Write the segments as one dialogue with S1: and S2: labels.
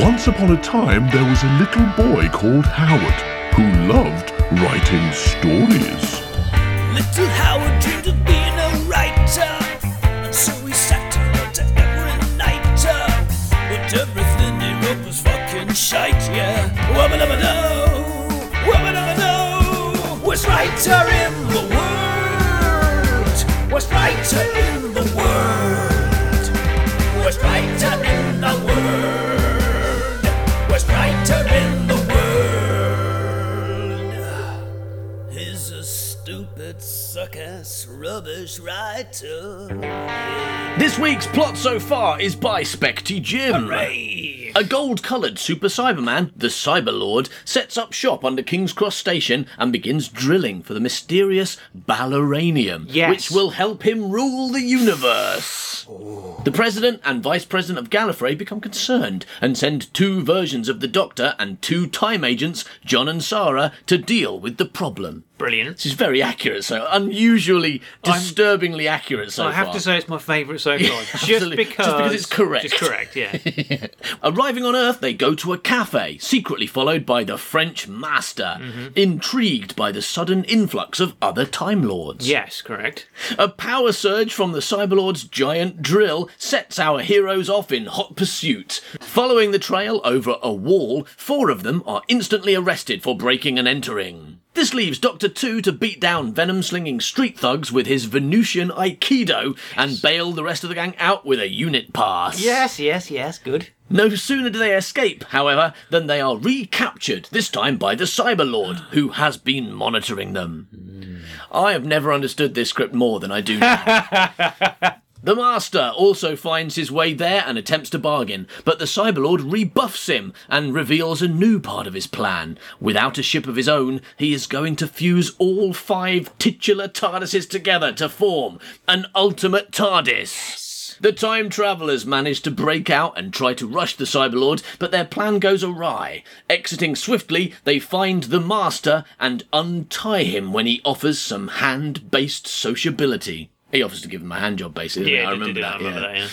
S1: Once upon a time, there was a little boy called Howard who loved writing stories.
S2: Little Howard dreamed of being a writer, and so he sat and wrote to every nighter. But everything he wrote was fucking shite, yeah. Wubba dubba do, wubba dubba do. Worst writer in the world. Worst writer in the world. Worst writer in the world. Worst writer in the world. He's a stupid, suck ass, rubbish writer.
S3: This week's plot so far is by Specty Jim.
S2: Hooray!
S3: A gold coloured Super Cyberman, the Cyberlord, sets up shop under King's Cross Station and begins drilling for the mysterious Balleranium,
S4: Yes.
S3: which will help him rule the universe. The President and Vice President of Gallifrey become concerned and send two versions of the Doctor and two time agents, John and Sarah, to deal with the problem.
S4: Brilliant.
S3: This is very accurate, so unusually, disturbingly accurate so
S4: I have
S3: far.
S4: to say it's my favourite so far. just,
S3: absolutely. Just
S4: because,
S3: because it's correct.
S4: Just correct, yeah.
S3: Arriving on Earth, they go to a cafe, secretly followed by the French master, intrigued by the sudden influx of other Time Lords.
S4: yes, correct.
S3: A power surge from the Cyberlord's giant drill sets our heroes off in hot pursuit. Following the trail over a wall, four of them are instantly arrested for breaking and entering. This leaves Doctor Two to beat down venom slinging street thugs with his Venusian Aikido and bail the rest of the gang out with a unit pass.
S4: Yes, yes, yes, good.
S3: No sooner do they escape, however, than they are recaptured, this time by the Cyberlord, who has been monitoring them. I have never understood this script more than I do now. the Master also finds his way there and attempts to bargain, but the Cyberlord rebuffs him and reveals a new part of his plan. Without a ship of his own, he is going to fuse all five titular TARDISes together to form an ultimate TARDIS. The time travelers manage to break out and try to rush the Cyberlord, but their plan goes awry. Exiting swiftly, they find the Master and untie him when he offers some hand-based sociability. He offers to give him a hand job, basically.
S4: Yeah,
S3: I
S4: did-
S3: remember
S4: did- did-
S3: that.
S4: I remember
S3: yeah.
S4: that, yeah.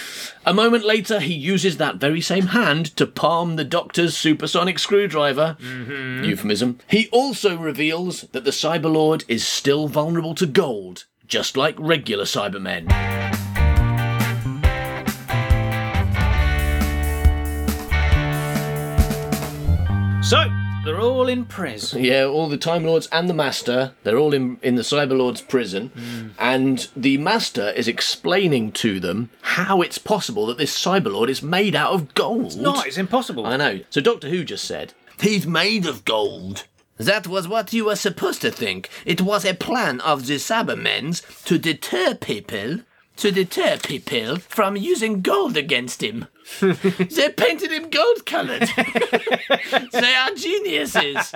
S3: A moment later, he uses that very same hand to palm the Doctor's supersonic screwdriver.
S4: Mm-hmm.
S3: Euphemism. He also reveals that the Cyberlord is still vulnerable to gold, just like regular Cybermen.
S4: So, they're all in prison.
S3: Yeah, all the Time Lords and the Master, they're all in, in the Cyberlord's prison. And the Master is explaining to them how it's possible that this Cyberlord is made out of gold.
S4: No, it's impossible.
S3: I know. So Doctor Who just said, He's made of gold. That was what you were supposed to think. It was a plan of the Cybermen's to deter people. To deter people from using gold against him. they painted him gold colored. they are geniuses.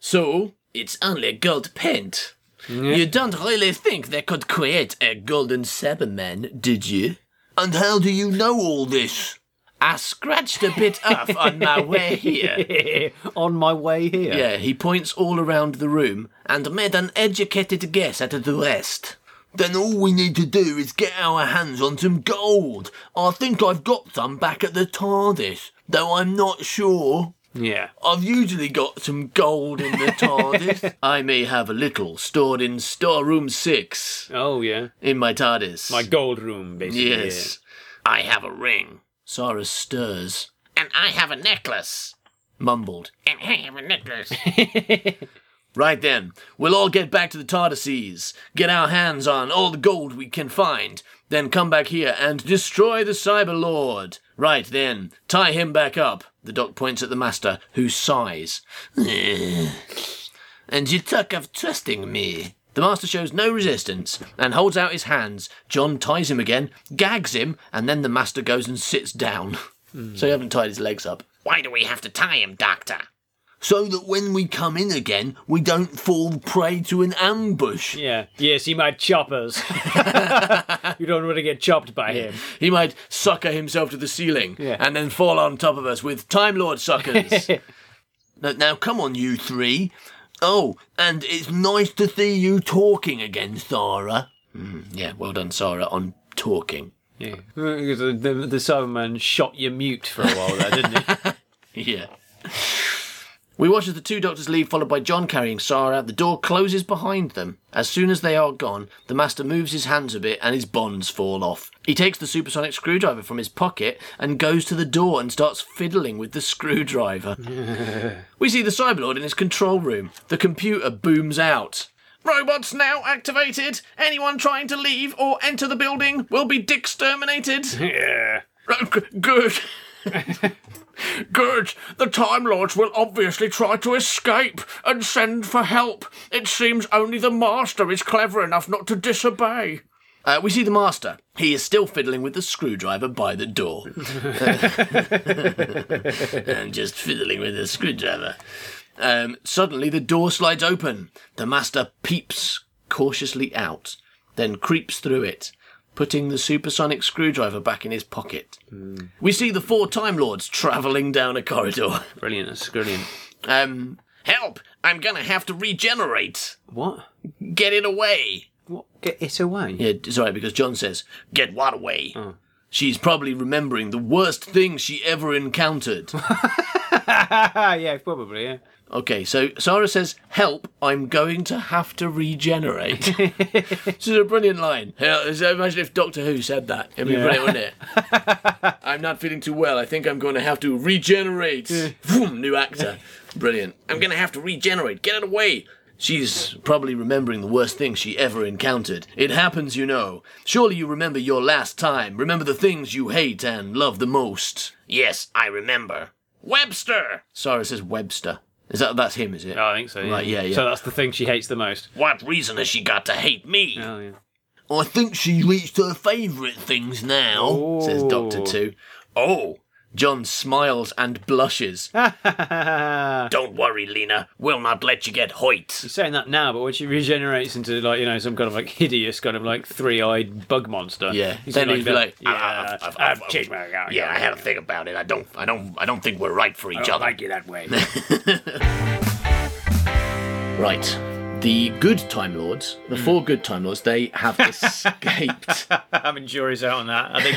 S3: so, it's only gold paint. You don't really think they could create a golden Cyberman, did you? And how do you know all this? I scratched a bit off on my way here.
S4: On my way here.
S3: Yeah, he points all around the room and made an educated guess at the rest. Then all we need to do is get our hands on some gold. I think I've got some back at the TARDIS, though I'm not sure.
S4: Yeah.
S3: I've usually got some gold in the TARDIS. I may have a little stored in storeroom six
S4: Oh, yeah.
S3: in my TARDIS.
S4: My gold room, basically. yeah.
S3: Yes. I have a ring. Sarah stirs. And I have a necklace. Mumbled. And I have a necklace. right then, we'll all get back to the Tardises, get our hands on all the gold we can find, then come back here and destroy the Cyber Lord. Right then, tie him back up. The doc points at the master, who sighs. And you talk of trusting me. The master shows no resistance and holds out his hands. John ties him again, gags him, and then the master goes and sits down. So he haven't tied his legs up. Why do we have to tie him, Doctor? So that when we come in again, we don't fall prey to an ambush.
S4: Yeah. Yes, he might chop us. you don't want to get chopped by him.
S3: He might sucker himself to the ceiling
S4: Yeah.
S3: and then fall on top of us with Time Lord suckers. now, now, come on, you three. Oh, and it's nice to see you talking again, Sarah. Mm, yeah, well done, Sarah, on talking.
S4: Uh, Yeah. Because the, the, the Cyberman shot you mute for a while there, didn't he?
S3: yeah. We watch as the two doctors leave, followed by John carrying Sarah. The door closes behind them. As soon as they are gone, the master moves his hands a bit and his bonds fall off. He takes the supersonic screwdriver from his pocket and goes to the door and starts fiddling with the screwdriver. we see the Cyberlord in his control room. The computer booms out. Robots now activated. Anyone trying to leave or enter the building will be dick exterminated. Oh,
S4: Yeah.
S3: Good. Good. The Time Lords will obviously try to escape and send for help. It seems only the Master is clever enough not to disobey. Uh, we see the Master. He is still fiddling with the screwdriver by the door. and just fiddling with the screwdriver. Um, suddenly, the door slides open. The Master peeps cautiously out, then creeps through it, putting the supersonic screwdriver back in his pocket. We see the four Time Lords travelling down a corridor.
S5: Brilliant. That's brilliant.
S3: Um, help! I'm gonna have to regenerate!
S5: What?
S3: Get it away!
S5: What? Get it away.
S3: Yeah, it's alright because John says, Get what away? She's probably remembering the worst thing she ever encountered.
S5: Ah, yeah, probably. Yeah.
S3: okay, so Sarah says, Help, I'm going to have to regenerate. this is a brilliant line. Hell, so Imagine if Doctor Who said that. It'd be brilliant, wouldn't it? I'm not feeling too well. I think I'm going to have to regenerate. Vroom, new actor. Brilliant. I'm going to have to regenerate. Get it away. She's probably remembering the worst thing she ever encountered. It happens, you know. Surely you remember your last time. Remember the things you hate and love the most. Yes, I remember. Webster! Sarah says Webster. Is that that's him, is it?
S5: Oh, I think so. Yeah.
S3: Right, yeah, yeah.
S5: So that's the thing she hates the most.
S3: what reason has she got to hate me?
S5: Oh yeah.
S3: I think she reached her favourite things now, says Doctor Two. Oh. John smiles and blushes. Don't worry, Lena. We'll not let you get Hoyt.
S5: She's saying that now, but when she regenerates into like you know some kind of like hideous kind of like three-eyed bug monster,
S3: Yeah.
S5: he's
S3: Then
S5: gonna
S3: he'd
S5: be like,
S3: be like, "Ah, "I've-
S5: yeah,
S3: I've- I've-
S5: I've
S3: I've-
S5: changed my
S3: Yeah, I had a thing about it. I don't, I don't, I don't think we're right for each
S5: I
S3: other.
S5: like you that way.
S3: Right. The good Time Lords, the
S5: Hmm.
S3: four good Time Lords, they have escaped
S4: Having juries out on that. Are they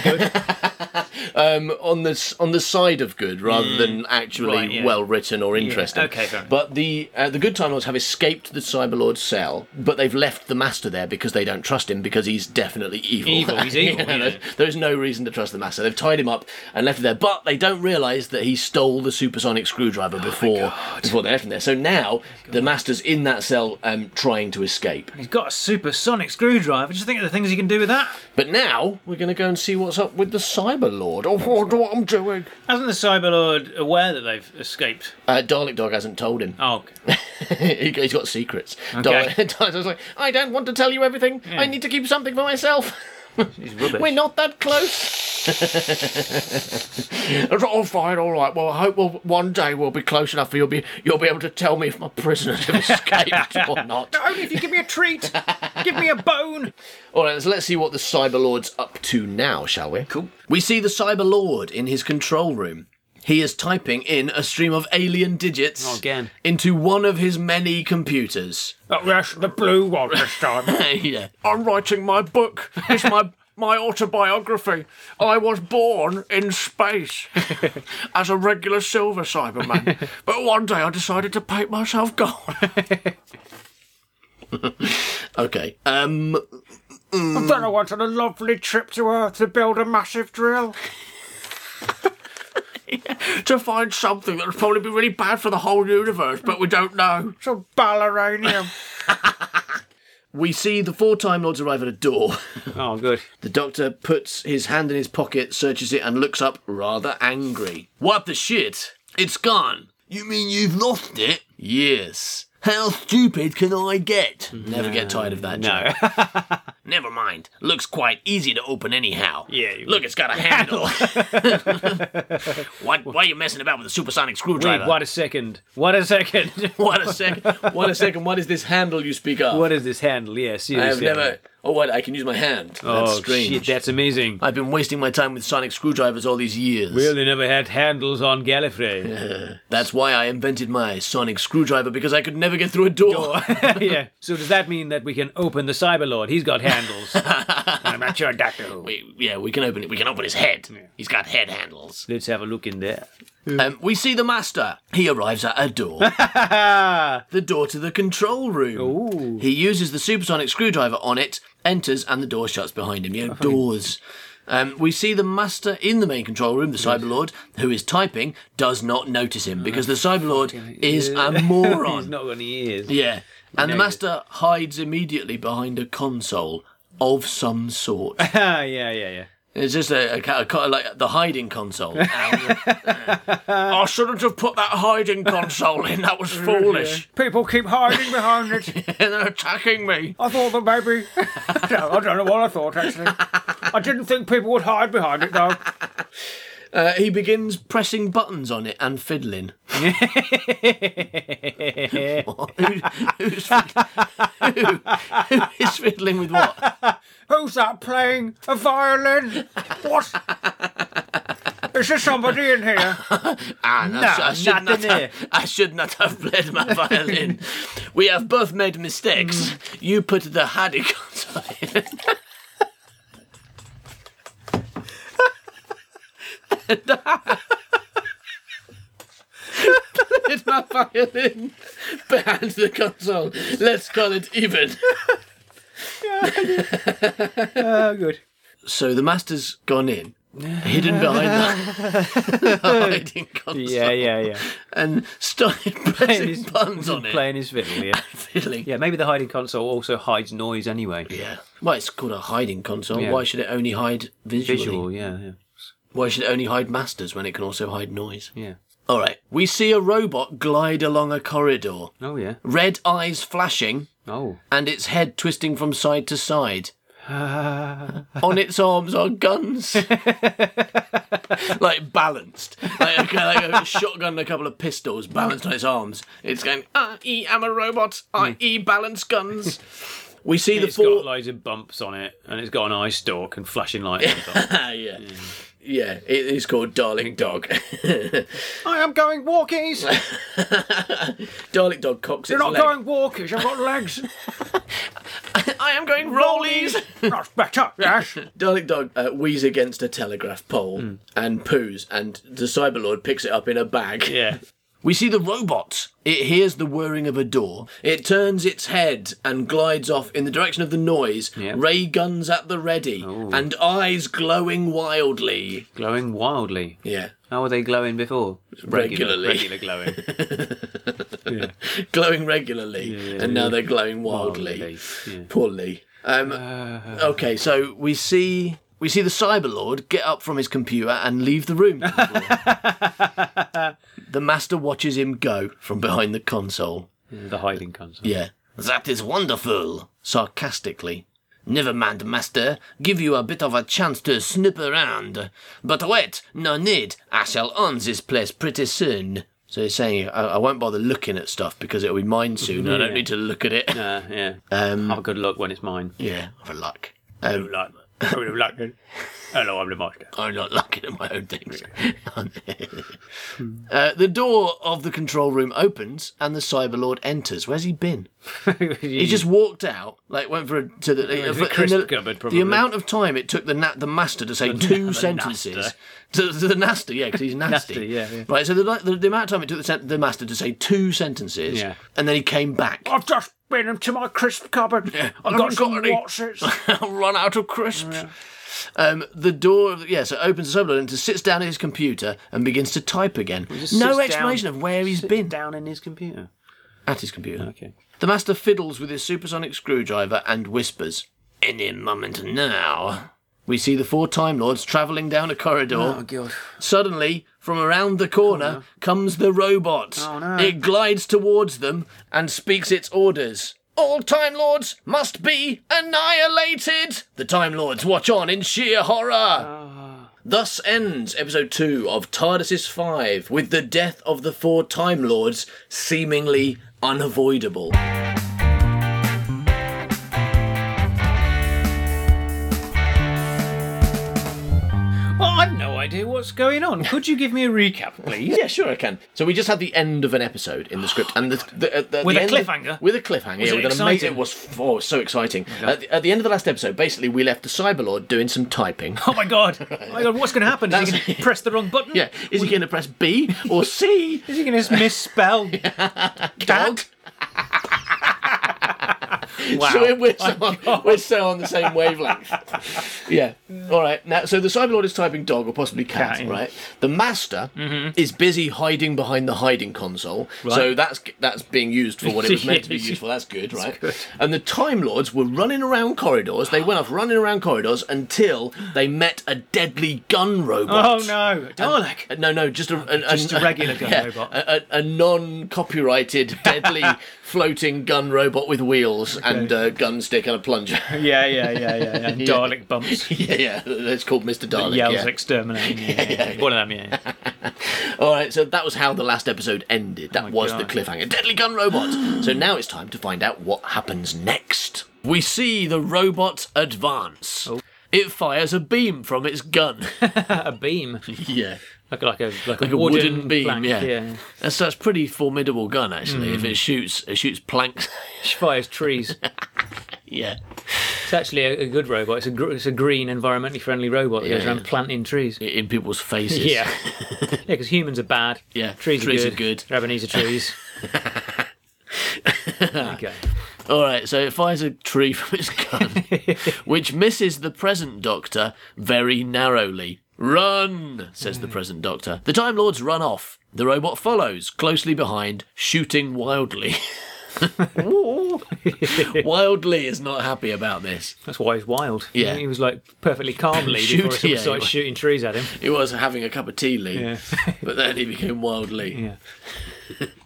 S4: good?
S3: um, on the s- on the side of good rather than actually
S4: Mm. Right, yeah.
S3: well written or interesting.
S4: okay, fair enough.
S3: But the uh, the good Time Lords have escaped the Cyberlord's cell, but they've left the Master there because they don't trust him because he's definitely evil.
S4: Evil, he's evil, yeah.
S3: there's, there's no reason to trust the Master. They've tied him up and left him there, but they don't realise that he stole the supersonic
S4: Oh
S3: screwdriver before before they left him there. So now the Master's in that cell um, trying to escape.
S4: He's got a supersonic screwdriver. Just think of the things you can do with that.
S3: But now we're going to go and see what's up with the Cyberlord. Oh, what, what I'm doing?
S4: Hasn't the Cyberlord aware that they've escaped?
S3: Uh, Dalek Dog hasn't told him.
S4: Oh,
S3: He- He's got secrets. Dalek Dalek Dog's like, I don't want to tell you everything. I need to keep something for myself.
S5: He's rubbish.
S3: We're not that close. all fine, all right. Well, I hope we'll, one day we'll be close enough for you'll be you'll be able to tell me if my prisoners have escaped or not.
S4: only if you give me a treat. give me a bone.
S3: All right, so let's see what the Cyberlord's up to now, shall we? Cool. We see the Cyberlord in his control room. He is typing in a stream of alien digits
S5: Oh, again.
S3: into one of his many computers.
S4: Oh, yes, the blue one this time.
S3: yeah.
S6: I'm writing my book. It's my my autobiography. I was born in space as a regular silver Cyberman, but one day I decided to paint myself gold.
S3: Okay. Um.
S4: then I went on a lovely trip to Earth to build a massive drill.
S6: to find something that would probably be really bad for the whole universe, but we don't know.
S4: Some balleranium.
S3: We see the four Time Lords arrive at a door.
S5: oh, good.
S3: The Doctor puts his hand in his pocket, searches it, and looks up rather angry. What the shit? It's gone. You mean you've lost it? Yes. How stupid can I get? Never get tired of that. No. Never mind. Looks quite easy to open anyhow.
S5: Yeah, you-
S3: Look, it's got a handle. what? Why are you messing about with a supersonic
S5: Wait,
S3: screwdriver?
S5: what a second. What a second.
S3: What a second! What a second! What is this handle you speak of?
S5: what is this handle? Yeah,
S3: I have
S5: seriously.
S3: never. Oh, what? I can use my hand.
S5: Oh,
S3: That's strange.
S5: shit, that's amazing.
S3: I've been wasting my time with sonic screwdrivers all these years.
S5: Well, they never had handles on Gallifrey.
S3: That's why I invented my sonic screwdriver because I could never get through a door.
S5: yeah. So does that mean that we can open the Cyberlord? He's got handles.
S4: I'm not sure, Doctor Who.
S3: We- yeah, we can open it. We can open his head. He's got head handles.
S5: Let's have a look in there.
S3: Um, we see the master. He arrives at a door. the door to the control room. He uses the supersonic screwdriver on it, enters, and the door shuts behind him. You know, doors. Um, we see the master in the main control room, the Cyberlord, who is typing, does not notice him because the Cyberlord is a moron.
S5: He's not got any ears.
S3: Yeah. And the master hides immediately behind a console of some sort.
S5: Ah, yeah, yeah, yeah.
S3: it's just a, a, ca- a co- like the hiding console. Ow.
S6: I shouldn't have put that hiding console in. That was foolish.
S4: People keep hiding behind it.
S6: They're attacking me.
S4: I thought that maybe. No, I don't know what I thought, actually. I didn't think people would hide behind it, though.
S3: uh, he begins pressing buttons on it and fiddling. What? Who- who's, fid- who, who is fiddling with what?
S4: Who's that playing a violin? What? Is there somebody in here?
S3: Ah, no, I, should
S5: nothing
S3: not
S5: here.
S3: have, I should not have played my violin. we have both made mistakes. You put the hiding console in. Played my violin behind the console. Let's call it even.
S5: Oh, good.
S3: So the master's gone in, hidden behind the, the hiding console,
S5: Yeah, yeah, yeah.
S3: and started
S5: Playing
S3: pressing
S5: his-
S3: buttons on it.
S5: Playing his fiddle, yeah.
S3: Fiddling.
S5: Yeah, maybe the hiding console also hides noise anyway.
S3: Yeah. Well, it's called a hiding console.
S5: Yeah.
S3: Why should it only hide visually?
S5: Visual, yeah, yeah.
S3: Why should it only hide masters when it can also hide noise?
S5: Yeah.
S3: All right. We see a robot glide along a corridor,
S5: Oh, yeah.
S3: red eyes flashing,
S5: Oh.
S3: and its head twisting from side to side. On its arms are guns, like balanced, like, okay, like a shotgun and a couple of pistols balanced on its arms. It's going, I e am a robot. I e balance guns. We see the
S5: Hmm. It's
S3: four.
S5: got loads of bumps on it, and it's got an eye stalk and flashing light. on the top.
S3: Ah, yeah. Yeah, it is called Darling Dog.
S4: I am going walkies.
S3: Darling Dog cocks
S4: You're
S3: its
S4: not
S3: leg.
S4: going walkies. I've got legs.
S3: I am going rollies.
S4: That's better. Yes.
S3: Darling Dog uh, wheezes against a telegraph pole and poos, and the Cyberlord picks it up in a bag.
S5: yeah.
S3: We see the robot. It hears the whirring of a door. It turns its head and glides off in the direction of the noise.
S5: Yeah.
S3: Ray guns at the ready and eyes glowing wildly.
S5: Glowing wildly.
S3: Yeah,
S5: How were they glowing before?
S3: Regularly.
S5: Regular, regular glowing.
S3: glowing regularly, and now they're glowing wildly.
S5: Wildly, yeah. Uh.
S3: Poor Lee. Um, okay, so we see we see the Cyberlord get up from his computer and leave the room. the master watches him go from behind the console.
S5: the hiding console.
S3: Yeah. That is wonderful, sarcastically. Never mind, master. Give you a bit of a chance to snoop around. But wait, no need. I shall own this place pretty soon. So he's saying, I, I won't bother looking at stuff because it'll be mine soon. I don't need to look at it.
S5: Uh, yeah.
S3: Um,
S5: Have a good look when it's mine.
S3: yeah, for luck. Um,
S5: Like, Hello, I'm the master.
S3: I'm not looking at my own things. uh, the door of the control room opens and the Cyberlord enters. Where's he been? He just walked out, like went for a, to the, for- and
S5: crisp
S3: the-
S5: cupboard,
S3: the
S5: probably.
S3: amount of time it took the na- the master to say two sentences to, to the naster, yeah, because he's nasty.
S5: Nasty, yeah, yeah.
S3: Right, so the, the the amount of time it took the, sen- the master to say two sentences,
S5: Yeah.
S3: and then he came back.
S4: I've just been into my crisp cupboard. I've
S3: haven't
S4: got some
S3: got any.
S4: Watsons.
S3: I'll run out of
S5: Oh,
S3: crisps. Um, the door, of the, yeah, so opens the sublet and just sits down at his computer and begins to type again.
S5: just sits
S3: No
S5: down.
S3: explanation of where he's been
S5: Down in his computer.
S3: at his computer.
S5: Okay.
S3: The master fiddles with his supersonic screwdriver and whispers, Any moment now. We see the four Time Lords travelling down a corridor.
S5: Oh, God.
S3: Suddenly, from around the corner comes the robot.
S5: Oh,
S3: It glides towards them and speaks its orders. All Time Lords must be annihilated! The Time Lords watch on in sheer horror! Thus ends episode 2 of TARDIS's 5 with the death of the four Time Lords seemingly unavoidable.
S5: Well, I've no idea what what's going on. Could you give me a recap, please?
S3: Yeah, sure, I can. So we just had the end of an episode in the script, and the, the, uh, the,
S5: With
S3: the
S5: a
S3: end-
S5: cliffhanger?
S3: with a cliffhanger. yeah,
S5: it
S3: with an ama-
S5: exciting?
S3: It was f- oh, it was so exciting. At, the, at the end of the last episode, basically, we left the Cyberlord doing some typing.
S5: Oh my god! Oh my god! What's going to happen? Is he
S3: That's-
S5: going to press the wrong button?
S3: yeah, is he going to press B or C?
S5: Is he going to misspell?
S3: Dog.
S5: Wow.
S3: So we're, so on, we're so on the same wavelength. yeah. All right. Now, so the Cyberlord is typing dog or possibly cat,
S5: Cat, yeah. Mm-hmm.
S3: right? The master is busy hiding behind the hiding console. So that's that's being used for what it was meant to be used for. That's good, right? And the Time Lords were running around corridors. They went off running around corridors until they met a deadly gun
S5: oh
S3: robot.
S5: no, Dalek!
S3: Uh, No, no, just a, a,
S5: Just a regular gun
S3: yeah,
S5: robot.
S3: A, a, a non-copyrighted, deadly, floating gun robot with wheels and a gun stick and a plunger.
S5: Yeah, yeah, yeah, yeah. yeah. Dalek bumps.
S3: yeah, yeah, that's called Mr. Darling.
S5: Yells
S3: yeah.
S5: exterminating. Yeah, yeah, yeah. One of them, yeah.
S3: All right, so that was how the last episode ended. That was the
S5: Oh God.
S3: cliffhanger. Deadly gun robots. so now it's time to find out what happens next. We see the robot advance.
S5: Oh.
S3: It fires a beam from its gun.
S5: A beam,
S3: yeah.
S5: like like a like,
S3: Like a wooden beam,
S5: plank,
S3: yeah.
S5: yeah.
S3: That's that's pretty formidable gun actually.
S5: Hmm.
S3: If it shoots it shoots planks.
S5: She fires trees.
S3: yeah.
S5: It's actually a, a good robot. It's a gr- it's a green, environmentally friendly robot that goes
S3: Yeah.
S5: around planting trees.
S3: in people's faces.
S5: Yeah, yeah, because humans are bad.
S3: Yeah,
S5: trees,
S3: trees
S5: are
S3: are
S5: good.
S3: good.
S5: Ebenezer trees. okay.
S3: All right, so it fires a tree from its gun, which misses the present doctor very narrowly. Run, says the present doctor. The Time Lords run off. The robot follows, closely behind, shooting wildly. wildly is not happy about this.
S5: That's why he's wild.
S3: Yeah.
S5: he was like perfectly calmly
S3: Shoot-
S5: before someone
S3: yeah, he
S5: started
S3: was.
S5: shooting trees at him.
S3: He was having a cup of tea, Lee, but then he became wildly.
S5: Yeah.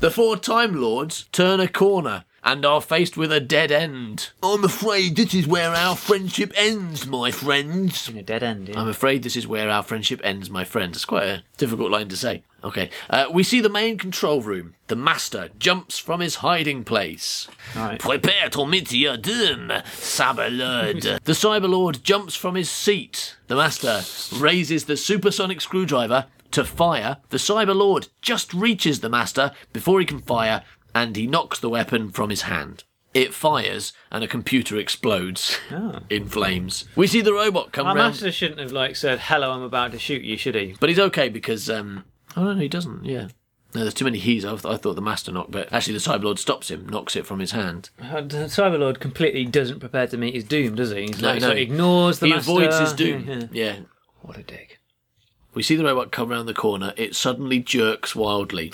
S3: The four Time Lords turn a corner and are faced with a dead end. I'm afraid this is where our friendship ends, my friends.
S5: In a dead end. Yeah.
S3: I'm afraid this is where our friendship ends, my friends. It's quite a difficult line to say. Okay. Uh, we see the main control room. The master jumps from his hiding place.
S5: Right.
S3: Prepare to meet your doom, Cyberlord. the Cyberlord jumps from his seat. The master raises the supersonic screwdriver to fire. The Cyberlord just reaches the master before he can fire, and he knocks the weapon from his hand. It fires and a computer explodes in flames. We see the robot come
S5: Oh. Our
S3: round.
S5: master shouldn't have like said, "Hello, I'm about to shoot you," should he?
S3: But he's okay because um oh no, no he doesn't. Yeah. No, there's too many he's. I, th- I thought the master knocked, but actually the Cyberlord stops him, knocks it from his hand.
S5: Uh, The Cyberlord completely doesn't prepare to meet his doom, does he? He's
S3: No,
S5: like,
S3: no.
S5: so ignores the
S3: he
S5: master.
S3: avoids his doom.
S5: Yeah, yeah.
S3: yeah.
S5: What a dick.
S3: We see the robot come round the corner. It suddenly jerks wildly,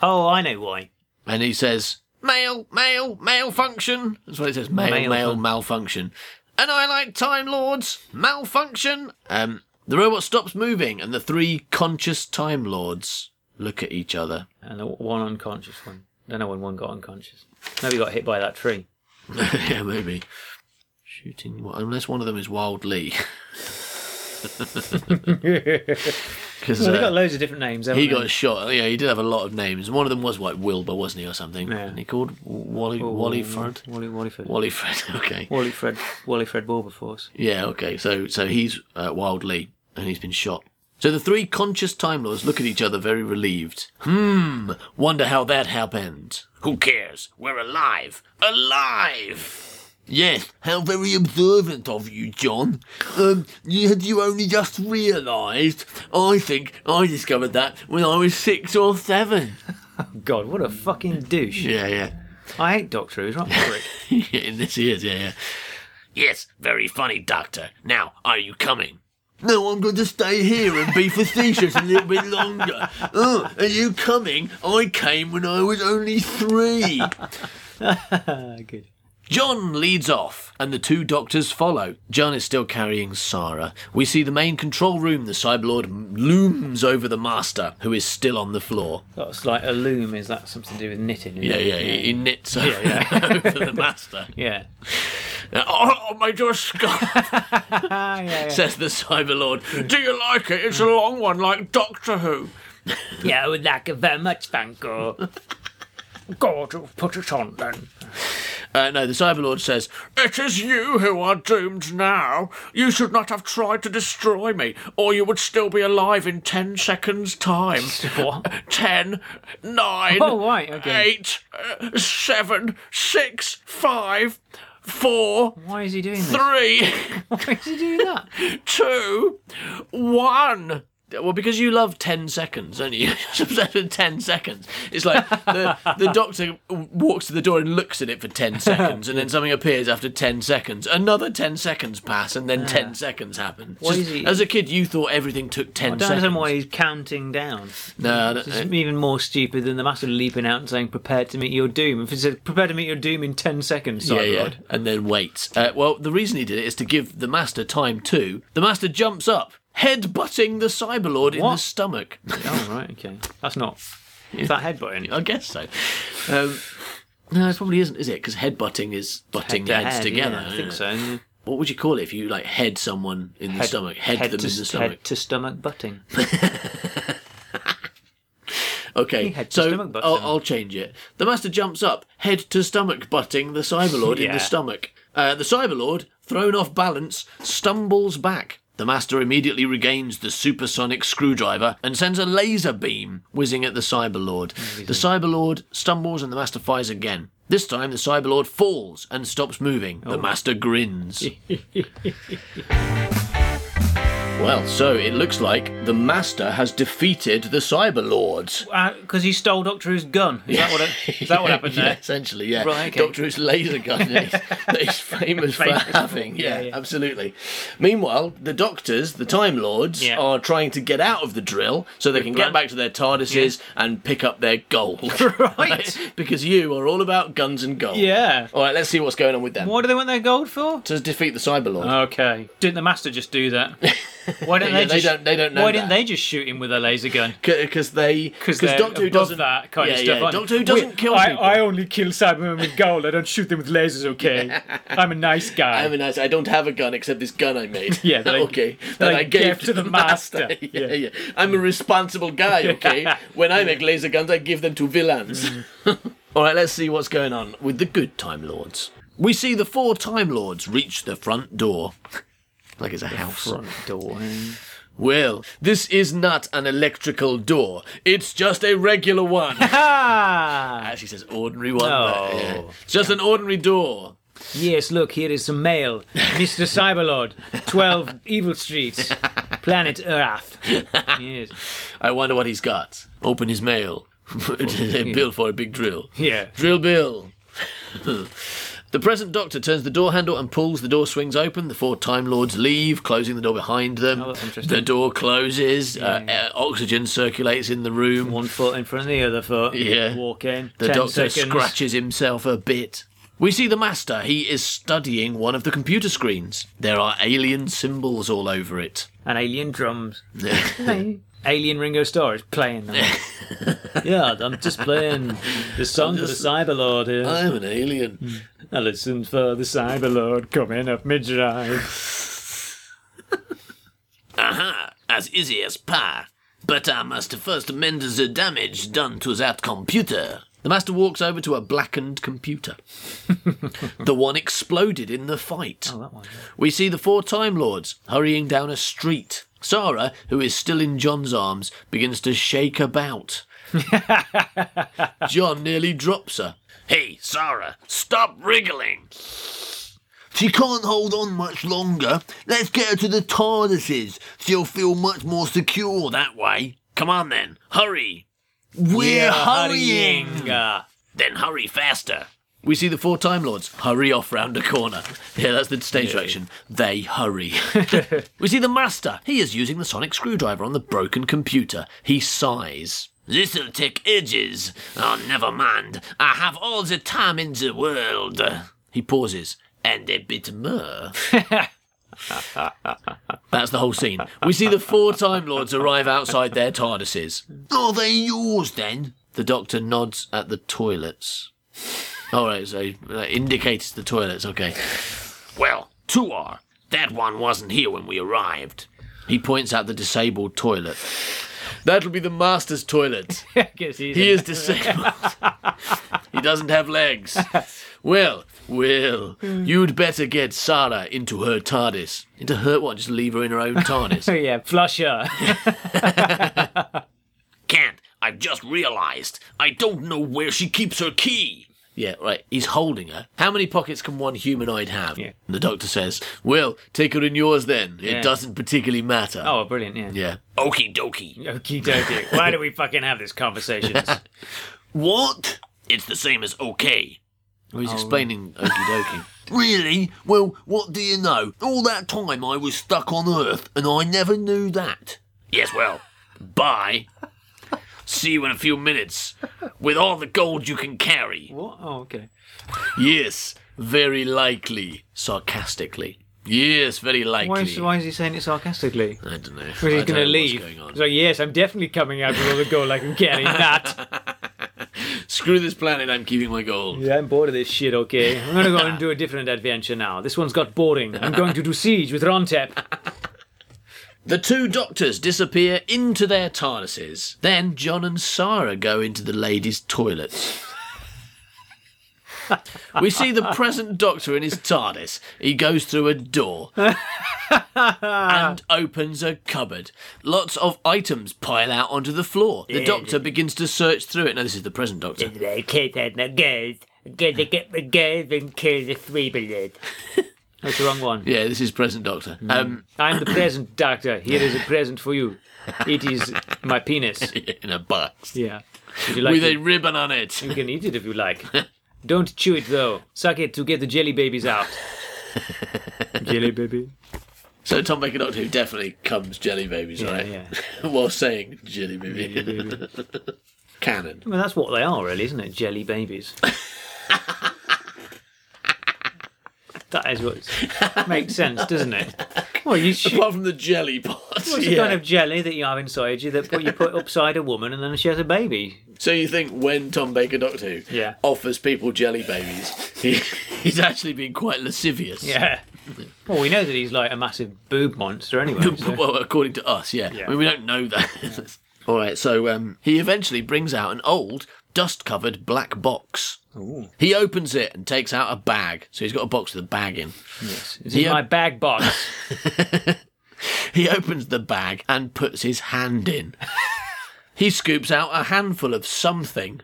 S5: Oh, I know why.
S3: and he says, "Male, male, malfunction." That's what it says. Male,
S5: Male
S3: male,
S5: fun-
S3: malfunction. And I like Time Lords. Malfunction. Um, the robot stops moving, and the three conscious Time Lords look at each other.
S5: And the one unconscious one. Don't know when one got unconscious. Maybe got hit by that tree.
S3: yeah, maybe. Shooting, wi- unless one of them is Wild Lee. Because
S5: Well, they got loads of different names. haven't
S3: uh, he
S5: they?
S3: got shot. Yeah, he did have a lot of names. One of them was like Wilbur, wasn't he, or something?
S5: Yeah. Oh.
S3: And he called Wally Wally Fred.
S5: Wally Wallyford.
S3: Wally Fred. Okay.
S5: Wally Fred. Wally Fred Wilberforce.
S3: Yeah. Okay. So so he's uh, Wild Lee, and he's been shot. So the three conscious Time Lords look at each other, very relieved. Hmm. Wonder how that happened. Who cares? We're alive. Alive. Yes, how very observant of you, John. Um, you, had you only just realised? I think I discovered that when I was six or seven.
S5: God, what a fucking douche.
S3: Yeah, yeah.
S5: I hate Doctor Who's right prick.
S3: in this he is, yeah, yeah. Yes, very funny, Doctor. Now, are you coming? No, I'm going to stay here and be facetious a little bit longer. Oh, are you coming? I came when I was only three.
S5: Ah, good.
S3: John leads off, and the two doctors follow. John is still carrying Sarah. We see the main control room. The Cyberlord looms over the Master, who is still on the floor.
S5: That's like a loom. Is that something to do with knitting? isn't
S3: Yeah,
S5: it?
S3: yeah, he, he knits over, over the Master.
S5: Yeah.
S3: Oh, my dear Scott!
S5: Ah, yeah, yeah.
S3: says the Cyberlord. Do you like it? It's
S6: It's a long one, like Doctor Who.
S5: yeah, I would like it very much, thank you.
S6: God, you've put it on then.
S3: Uh, no, the Cyberlord says,
S6: It is you who are doomed now. You should not have tried to destroy me, or you would still be alive in ten seconds' time.
S5: What?
S6: Ten, nine,
S5: Oh, right, okay.
S6: eight, uh, seven, six, five, four,
S5: Why is he doing this?
S6: three,
S5: Why is he doing that?
S6: two, one.
S3: well, because you love 10 seconds, don't you? It's obsessed with 10 seconds. It's like the, the doctor walks to the door and looks at it for 10 seconds, and then something appears after 10 seconds. Another 10 seconds pass, and then 10 seconds happen. It's
S5: Why
S3: just-
S5: is he-
S3: As a kid, you thought everything took 10
S5: I don't
S3: seconds.
S5: understand why he's counting down.
S3: No, I don't-
S5: It's even more stupid than the master leaping out and saying, "Prepare to meet your doom." If it said, "Prepare to meet your doom in ten seconds,"
S3: Yeah,
S5: Cyberlord.
S3: yeah, and then waits. Uh, well, the reason he did it is to give the master time too. The master jumps up, headbutting the Cyberlord in the
S5: What?
S3: stomach.
S5: Oh right, okay. That's not. Is that headbutting?
S3: I guess so. Um, no, it probably isn't, is it? Because headbutting is butting
S5: Head to
S3: heads
S5: head,
S3: together.
S5: yeah, I
S3: yeah.
S5: think so. yeah.
S3: What would you call it if you like head someone in the stomach? Head, them
S5: to,
S3: in the
S5: s-
S3: stomach.
S5: Head to stomach butting.
S3: Okay,
S5: Head to
S3: so
S5: stomach butt
S3: I'll,
S5: sound.
S3: I'll change it. The master jumps up, head to stomach butting the Cyberlord in
S5: Yeah.
S3: the stomach. Uh, the Cyberlord, thrown off balance, stumbles back. The master immediately regains the supersonic screwdriver and sends a laser beam whizzing at the Cyberlord. The Cyberlord stumbles and the master fires again. This time the Cyberlord falls and stops moving.
S5: Oh.
S3: The master grins. well, so it looks like the master has defeated the Cyberlord.
S5: Because Uh, he stole Doctor Who's gun. Is that what? It, is that what happened
S3: Yeah,
S5: there?
S3: essentially, yeah.
S5: Right, okay.
S3: Doctor Who's laser gun that he's, that he's famous,
S5: Famous
S3: for
S5: for,
S3: having. Yeah,
S5: yeah, yeah.
S3: absolutely. Meanwhile, the Doctors, the Time Lords,
S5: Yeah.
S3: are trying to get out of the drill so they can get
S5: plan.
S3: back to their TARDISes and pick up their gold.
S5: Right.
S3: because you are all about guns and gold.
S5: Yeah.
S3: All right, let's see what's going on with them.
S5: What Oh. do they want their gold for?
S3: To defeat the Cyberlord.
S5: Okay. Didn't the master just do that? Why don't
S3: Yeah,
S5: they
S3: they
S5: just?
S3: don't- they don't know
S5: Why didn't
S3: that.
S5: they just shoot him with a laser gun?
S3: because they, because
S5: they're
S3: Doctor Who
S5: above
S3: doesn't
S5: that kind
S3: yeah,
S5: of stuff.
S3: Yeah,
S5: aren't they?
S3: Doctor Who doesn't
S5: Wait,
S3: kill
S5: I,
S3: people.
S5: I only kill Cybermen with gold. I don't shoot them with lasers. Okay, I'm a nice guy.
S3: I'm a nice. I don't have a gun except this gun I made.
S5: Yeah, that I-
S3: okay.
S5: that I gave to the master.
S3: yeah, yeah,
S5: Yeah.
S3: I'm a responsible guy. Okay. when I make laser guns, I give them to villains.
S5: Mm-hmm.
S3: All right. Let's see what's going on with the good Time Lords. We see the four Time Lords reach the front door, like it's a house.
S5: door. eh?
S3: Well, this is not an electrical door. It's just a regular one.
S5: Ah,
S3: Actually, it says ordinary one.
S5: No.
S3: but, yeah. It's just an ordinary door.
S5: yes. Look, here is some mail, Mister Cyberlord, Twelve Evil Streets, Planet Earth. Yes.
S3: I wonder what he's got. Open his mail. bill for a big drill.
S5: Yeah.
S3: Drill bill. the present doctor turns the door handle and pulls. The door swings open. The four Time Lords leave, closing the door behind them.
S5: Oh, that's interesting.
S3: the door closes. Uh, uh, oxygen circulates in the room.
S5: One foot in front of the other foot.
S3: Yeah.
S5: Walk in.
S3: The
S5: 10
S3: doctor
S5: seconds.
S3: scratches himself a bit. We see the master. He is studying one of the computer screens. There are alien symbols all over it.
S5: and alien drums. alien Ringo Starr is playing them. yeah, I'm just playing the song for the Cyberlord here.
S3: I'm an alien.
S5: I listen for the Cyberlord coming up mid drive.
S3: as easy as pie. But I must first mend the damage done to that computer. The master walks over to a blackened computer. the one exploded in the fight. We see the four Time Lords hurrying down a street. Sarah, who is still in John's arms, begins to shake about. John nearly drops her. Hey, Sarah, stop wriggling. She can't hold on much longer. Let's get her to the TARDISes. She'll feel much more secure that way. Come on then, hurry. We're hurrying.
S5: Ah,
S3: Then hurry faster. We see the four Time Lords hurry off round a corner. Yeah, that's the stage direction. They hurry. we see the Master. He is using the sonic screwdriver on the broken computer. He sighs. This'll take ages. Oh, never mind. I have all the time in the world. He pauses. And a bit more. That's the whole scene. We see the four Time Lords arrive outside their TARDISes. Are they yours then? The Doctor nods at the toilets. All right, so that indicates the toilets. Okay. Well, two are. That one wasn't here when we arrived. He points out the disabled toilet. That'll be the master's toilet.
S5: I guess he's
S3: He is disabled. he doesn't have legs. Well, Will, you'd better get Sarah into her TARDIS. Into her what? Just leave her in her own
S5: Oh
S3: TARDIS.
S5: yeah, flusher.
S3: Can't. I've just realised. I don't know where she keeps her key. Yeah, right. He's holding her. How many pockets can one humanoid have?
S5: Yeah.
S3: And the doctor says, Well, take her in yours then.
S5: Yeah.
S3: It doesn't particularly matter.
S5: oh, brilliant. Yeah.
S3: Yeah. Okie dokie.
S5: Okie dokie. Why do we fucking have these conversations?
S3: What? It's the same as okay. Well, he's
S5: Oh.
S3: explaining okie dokie. really? Well, what do you know? All that time I was stuck on Earth and I never knew that. Yes, well, bye. See you in a few minutes with all the gold you can carry.
S5: what? Oh, okay.
S3: Yes, very likely. Sarcastically. Yes, very likely.
S5: Why is, why is he saying it sarcastically?
S3: I don't know. I
S5: But he's
S3: don't know
S5: gonna
S3: what's
S5: leave.
S3: going on.
S5: He's like, yes, I'm definitely coming out with all the gold I can carry. That.
S3: Screw this planet, I'm keeping my gold.
S5: Yeah, I'm bored of this shit. Okay, I'm gonna go and do a different adventure now. This one's got boring. I'm going to do siege with Rontep.
S3: The two doctors disappear into their TARDISes. Then John and Sarah go into the ladies' toilets. we see the present doctor in his TARDIS. He goes through a door and opens a cupboard. Lots of items pile out onto the floor. The doctor begins to search through it. Now, this is the present doctor.
S7: The kid and the girls. Gonna get the girls and kill the three blood.
S5: That's the wrong one.
S3: Yeah, this is present doctor.
S5: Hmm.
S3: Um,
S5: I'm the present doctor. Here is a present for you. It is my penis.
S3: in a box
S5: Yeah. Would you like
S3: with
S5: to-
S3: a ribbon on it.
S5: You can eat it if you like. Don't chew it though. Suck it to get the jelly babies out. jelly baby.
S3: So Tom Baker Doctor Who definitely comes jelly babies, right?
S5: yeah.
S3: While saying jelly baby. Canon.
S5: I mean, that's what they are, really, isn't it? Jelly babies. that is what makes sense, doesn't it? Well, you chew.
S3: Apart from the jelly part.
S5: What's the
S3: yeah.
S5: kind of jelly that you have inside you that put, you put upside a woman and then she has a baby?
S3: So you think when Tom Baker Doctor Who
S5: Yeah.
S3: offers people jelly babies, he, he's actually being quite lascivious.
S5: Yeah. Well, we know that he's like a massive boob monster anyway. so-
S3: Well, according to us, yeah. I mean, we don't know that. All right, so um, he eventually brings out an old, dust covered black box. He opens it and takes out a bag. So he's got a box with a bag in.
S5: It's in
S3: Yeah.
S5: my bag box.
S3: He opens the bag and puts his hand in. he scoops out a handful of something.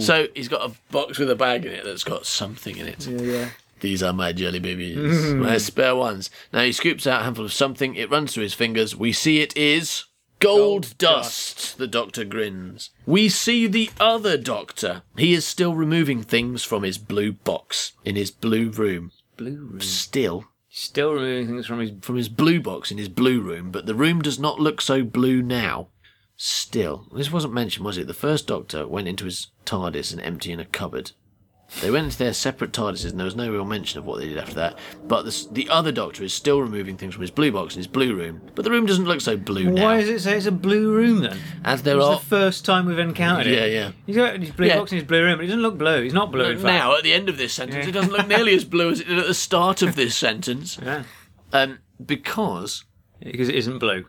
S3: So he's got a box with a bag in it that's got something in it. These are my jelly babies, my spare ones. Now he scoops out a handful of something. It runs through his fingers. We see it is gold, dust. The doctor grins. We see the other doctor. He is still removing things from his blue box in his blue room. Blue room. Still
S5: Still removing things from his.
S3: from his blue box in his blue room, but the room does not look so blue now. Still, this wasn't mentioned, was it? The first Doctor went into his TARDIS and emptying a cupboard. They went into their separate TARDISes, and there was no real mention of what they did after that. But the, s- the other Doctor is still removing things from his blue box in his blue room, but the room doesn't look so blue now.
S5: Why does it say it's a blue room then?
S3: as there
S5: It's
S3: are
S5: the first time we've encountered
S3: yeah,
S5: it.
S3: yeah.
S5: He's got his blue
S3: Yeah.
S5: box in his blue room, but he doesn't look blue. He's not blue. in fact.
S3: Now, at the end of this sentence, it doesn't look nearly as blue as it did at the start of this sentence.
S5: Yeah.
S3: Um, because
S5: Because it isn't blue.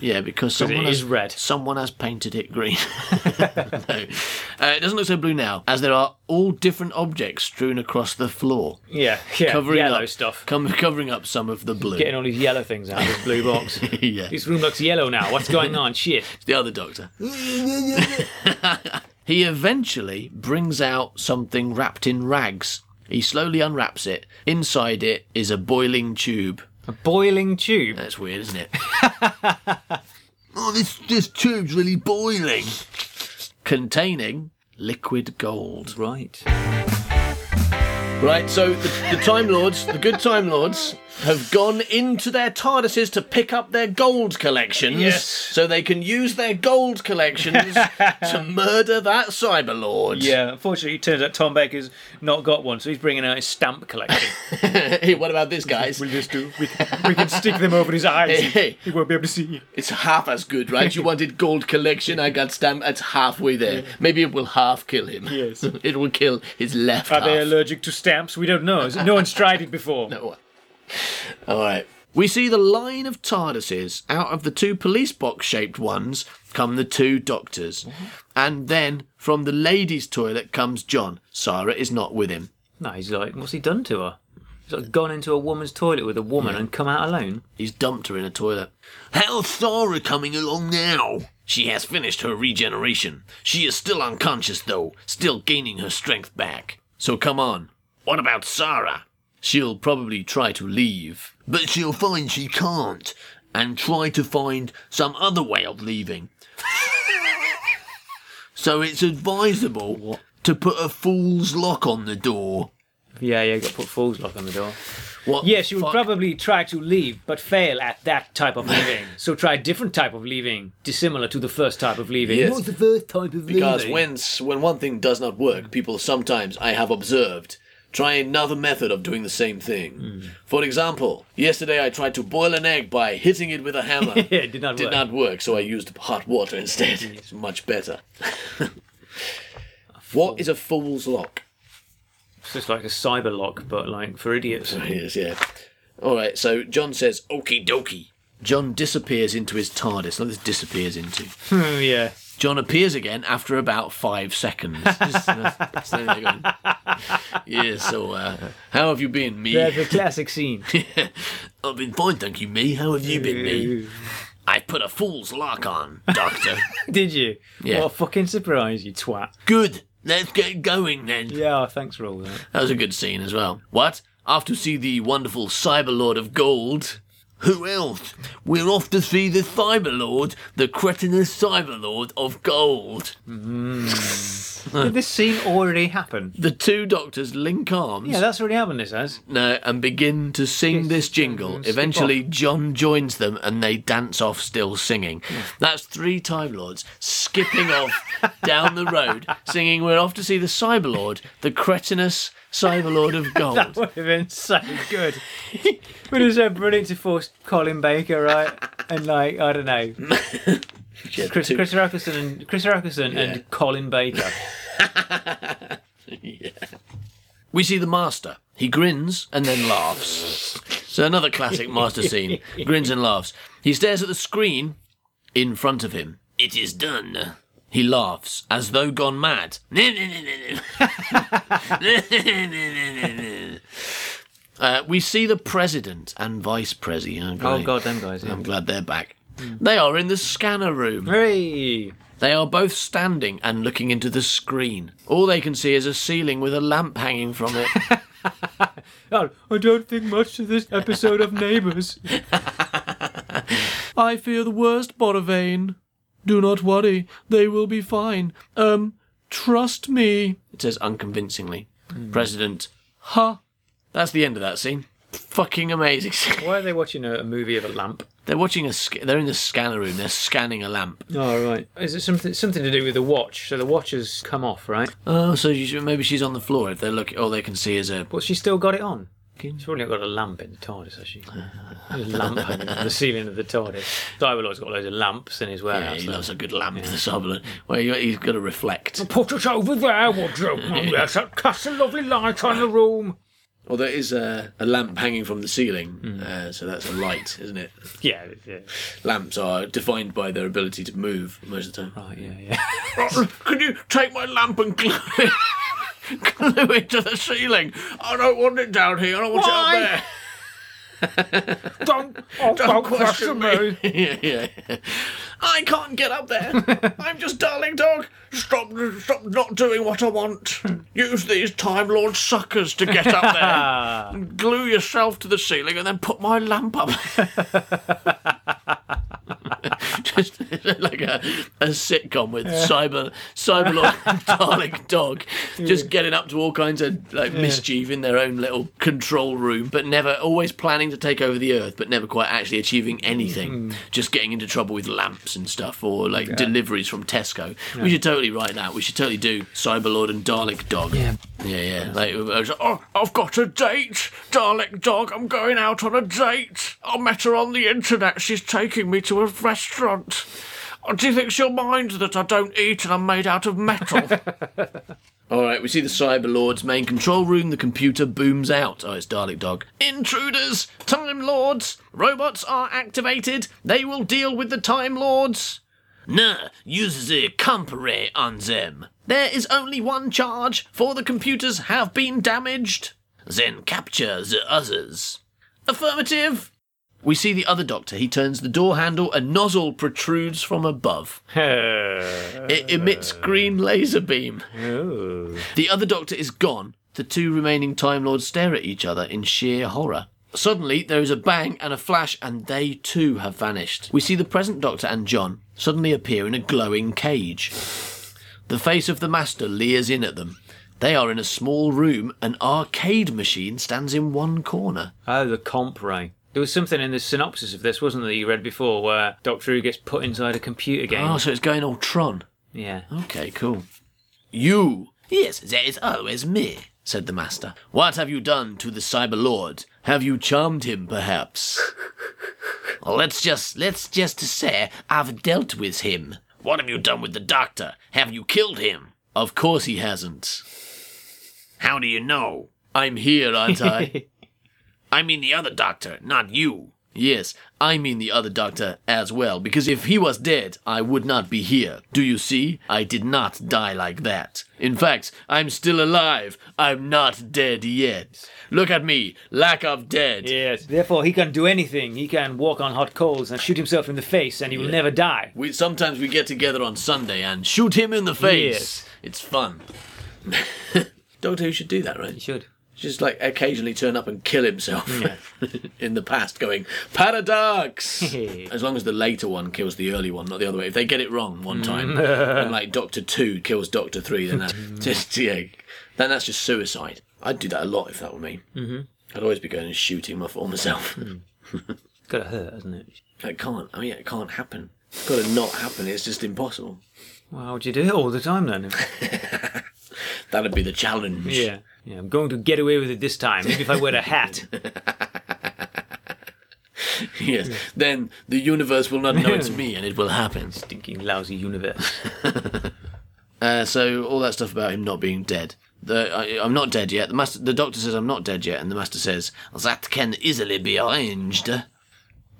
S3: Yeah, because someone
S5: it
S3: has
S5: is red.
S3: Someone has painted it green. no, uh, it doesn't look so blue now, as there are all different objects strewn across the floor,
S5: Yeah, yeah.
S3: covering
S5: yellow
S3: up
S5: stuff.
S3: com- covering up some of the blue.
S5: Getting all these yellow things out of his blue box.
S3: yeah,
S5: this room looks yellow now. What's going on? Shit.
S3: the other doctor. he eventually brings out something wrapped in rags. He slowly unwraps it. Inside it is a boiling tube.
S5: A boiling tube.
S3: That's weird, isn't it? oh, this, this tube's really boiling. Containing liquid gold.
S5: Right.
S3: Right, so the, the Time Lords, the good Time Lords, have gone into their TARDISes to pick up their gold collections
S5: Yes.
S3: so they can use their gold collections to murder that Cyber Lord.
S5: Yeah, unfortunately, it turns out Tom Baker's not got one, so he's bringing out his stamp collection.
S3: Hey, what about this, guys?
S5: We'll just do. We, we can stick them over his eyes.
S3: Hey, hey.
S5: He won't be able to see.
S3: It's half as good, right? You wanted gold collection, I got stamp. It's halfway there. Maybe it will half kill him.
S5: Yes.
S3: it will kill his left
S5: Are
S3: half.
S5: they allergic to stamps? We don't know. No one's tried it before.
S3: No. All right. We see the line of TARDISes. Out of the two police box shaped ones come the two doctors. And then from the ladies' toilet comes John. Sarah is not with him.
S5: No, he's like, what's he done to her? He's like gone into a woman's toilet with a woman and come out alone.
S3: He's dumped her in a toilet. How's Sarah coming along now? She has finished her regeneration. She is still unconscious, though, still gaining her strength back. So come on. What about Sarah? She'll probably try to leave, but she'll find she can't and try to find some other way of leaving. so it's advisable to put a fool's lock on the door.
S5: Yeah, yeah, got put fool's lock on the door.
S3: What
S5: Yeah,
S3: the
S5: she would
S3: fuck?
S5: probably try to leave, but fail at that type of leaving. so try a different type of leaving, dissimilar to the first type of leaving.
S3: Yes.
S5: What's the first type of
S3: Because
S5: leaving?
S3: when s- when one thing does not
S5: Hmm.
S3: work, people sometimes I have observed try another method of doing the same thing.
S5: Hmm.
S3: For example, yesterday I tried to boil an egg by hitting it with a hammer.
S5: yeah, it did not
S3: Did
S5: work.
S3: not work, so I used hot water instead. it's much better. what is a fool's lock?
S5: It's just like a cyber lock, but like for idiots.
S3: Yes, yeah. All right. So John says, "Okie dokie." John disappears into his TARDIS. Not this disappears into.
S5: Hmm, yeah.
S3: John appears again after about five seconds. Just, uh, standing there going, yeah, so uh, how have you been, me?
S5: That's a classic scene.
S3: I've been fine, thank you, me. How have you been, me? I put a fool's lock on, Doctor.
S5: Did you?
S3: Yeah.
S5: What a fucking surprise, you twat.
S3: good, let's get going then.
S5: Yeah, thanks for all that.
S3: That was a good scene as well. What? Off to see the wonderful Cyberlord of Gold. Who else? We're off to see the Cyberlord, the cretinous Cyberlord of Gold.
S5: Did this scene already happen?
S3: The two doctors link arms.
S5: Yeah, that's already happened, this has.
S3: No, and begin to sing this jingle.
S5: skip
S3: Eventually, John joins them and they dance off still singing. That's three Time Lords skipping off down the road, singing, We're off to see the Cyberlord, the cretinous Cyberlord of
S5: That
S3: Gold.
S5: would have been so good. Would have said brilliant to force Colin Baker, right? And like, I don't know, Chris, Chris Rackerson and Chris Rackerson and Colin Baker.
S3: We see the Master. He grins and then laughs. So, another classic Master scene grins and laughs. He stares at the screen in front of him. It is done. He laughs as though gone mad. Uh, we see the president and vice president.
S5: Oh god, them guys. Yeah.
S3: I'm glad they're back. They are in the scanner room.
S5: Hey,
S3: They are both standing and looking into the screen. All they can see is a ceiling with a lamp hanging from it.
S5: oh, I don't think much of this episode of Neighbours.
S3: I fear the worst, Borovane. Do not worry, they will be fine. Um, trust me. It says unconvincingly. President, ha. That's the end of that scene. Fucking amazing. scene.
S5: Why are they watching a, a movie of a lamp?
S3: they're watching a. Sc- they're in the scanner room. They're scanning a lamp.
S5: Oh right, is it something something to do with the watch? So the watch has come off, right?
S3: Oh, so you should, maybe she's on the floor. If they're looking, all they can see is a.
S5: But she's still got it on. She's probably not got a lamp in the TARDIS, has she? There's a lamp hanging from the ceiling of the TARDIS. Cyberlord's got loads of lamps in his
S3: Yeah,
S5: warehouse.
S3: he loves a good lamp. The Sovereign. Well, you- he's got to reflect.
S5: Put it over there, would you? Oh, yes, that casts a lovely light on the room.
S3: Well, there is a, a lamp hanging from the ceiling, uh, so that's a light, isn't it?
S5: Yeah, yeah,
S3: Lamps are defined by their ability to move most of the time.
S5: oh, yeah, yeah.
S3: Could you take my lamp and glue it, glue it to the ceiling? I don't want it down here. I don't want it up
S5: Don't, oh, don't
S3: question
S5: me.
S3: there. yeah, yeah, yeah. I can't get up there. I'm just darling dog.
S6: Stop, stop not doing what I want. Use these Time Lord suckers to get up there. And glue yourself to the ceiling and then put my lamp up.
S3: Just like a, a sitcom with cyber cyberlord and darling dog, just getting up to all kinds of like mischief in their own little control room, but never always planning to take over the earth, but never quite actually achieving anything. Just getting into trouble with lamps and stuff, or like deliveries from Tesco. We should totally write that. We should totally do cyberlord and darling dog. Yeah, yeah, yeah. Like, I was like, oh,
S6: Oh, I've got a date. Dalek dog, I'm going out on a date. I met her on the internet. She's taking me to a restaurant. Oh, Do you think she'll mind that I don't eat and I'm made out of metal?
S3: All right, we see the Cyber Lord's main control room. The computer booms out. Oh, it's Dalek Dog. Intruders! Time Lords! Robots are activated! They will deal with the Time Lords! Nah, uses a comp array on them. There is only one charge, for the computers have been damaged. Then capture the others. Affirmative. We see the other doctor. He turns the door handle, a nozzle protrudes from above. It emits green laser beam. The other doctor is gone. The two remaining Time Lords stare at each other in sheer horror. Suddenly, there is a bang and a flash, and they too have vanished. We see the present Doctor and John suddenly appear in a glowing cage. The face of the Master leers in at them. They are in a small room. An arcade machine stands in one corner.
S5: Oh, the comp ray. There was something in the synopsis of this, wasn't there, you read before, where Doctor Who gets put inside a computer game.
S3: Oh, so it's going all Tron.
S5: Yeah.
S3: Okay, cool. You! Yes, there is always me, said the Master. What have you done to the Cyber Lord? Have you charmed him, perhaps? let's just, let's just say I've dealt with him. What have you done with the Doctor? Have you killed him? Of course he hasn't. How do you know? I'm here, aren't I? I mean the other Doctor, not you. Yes, I mean the other doctor as well, because if he was dead, I would not be here. Do you see? I did not die like that. In fact, I'm still alive. I'm not dead yet. Look at me, lack of dead.
S5: Yes. Therefore, he can do anything. He can walk on hot coals and shoot himself in the face, and he will never die.
S3: We sometimes we get together on Sunday and shoot him in the face. It's fun. Doctor Who should do that, right?
S5: He should.
S3: Just like occasionally turn up and kill himself in the past, going paradox. as long as the later one kills the early one, not the other way. If they get it wrong one time, and like Doctor Two kills Doctor Three, then that's just yeah, then that's just suicide. I'd do that a lot if that were me. Mm-hmm. I'd always be going and shooting my former self.
S5: It's gotta hurt, hasn't it?
S3: It can't. I mean, it can't happen. It's got to not happen. It's just impossible.
S5: Well, how would you do it all the time then?
S3: That'd be the challenge.
S5: yeah. Yeah, I'm going to get away with it this time, even if I wear a hat.
S3: yes. Then the universe will not know it's me, and it will happen.
S5: Stinking lousy universe.
S3: Uh, so all that stuff about him not being dead. The, I, I'm not dead yet. The master, the doctor says I'm not dead yet, and the master says that can easily be arranged.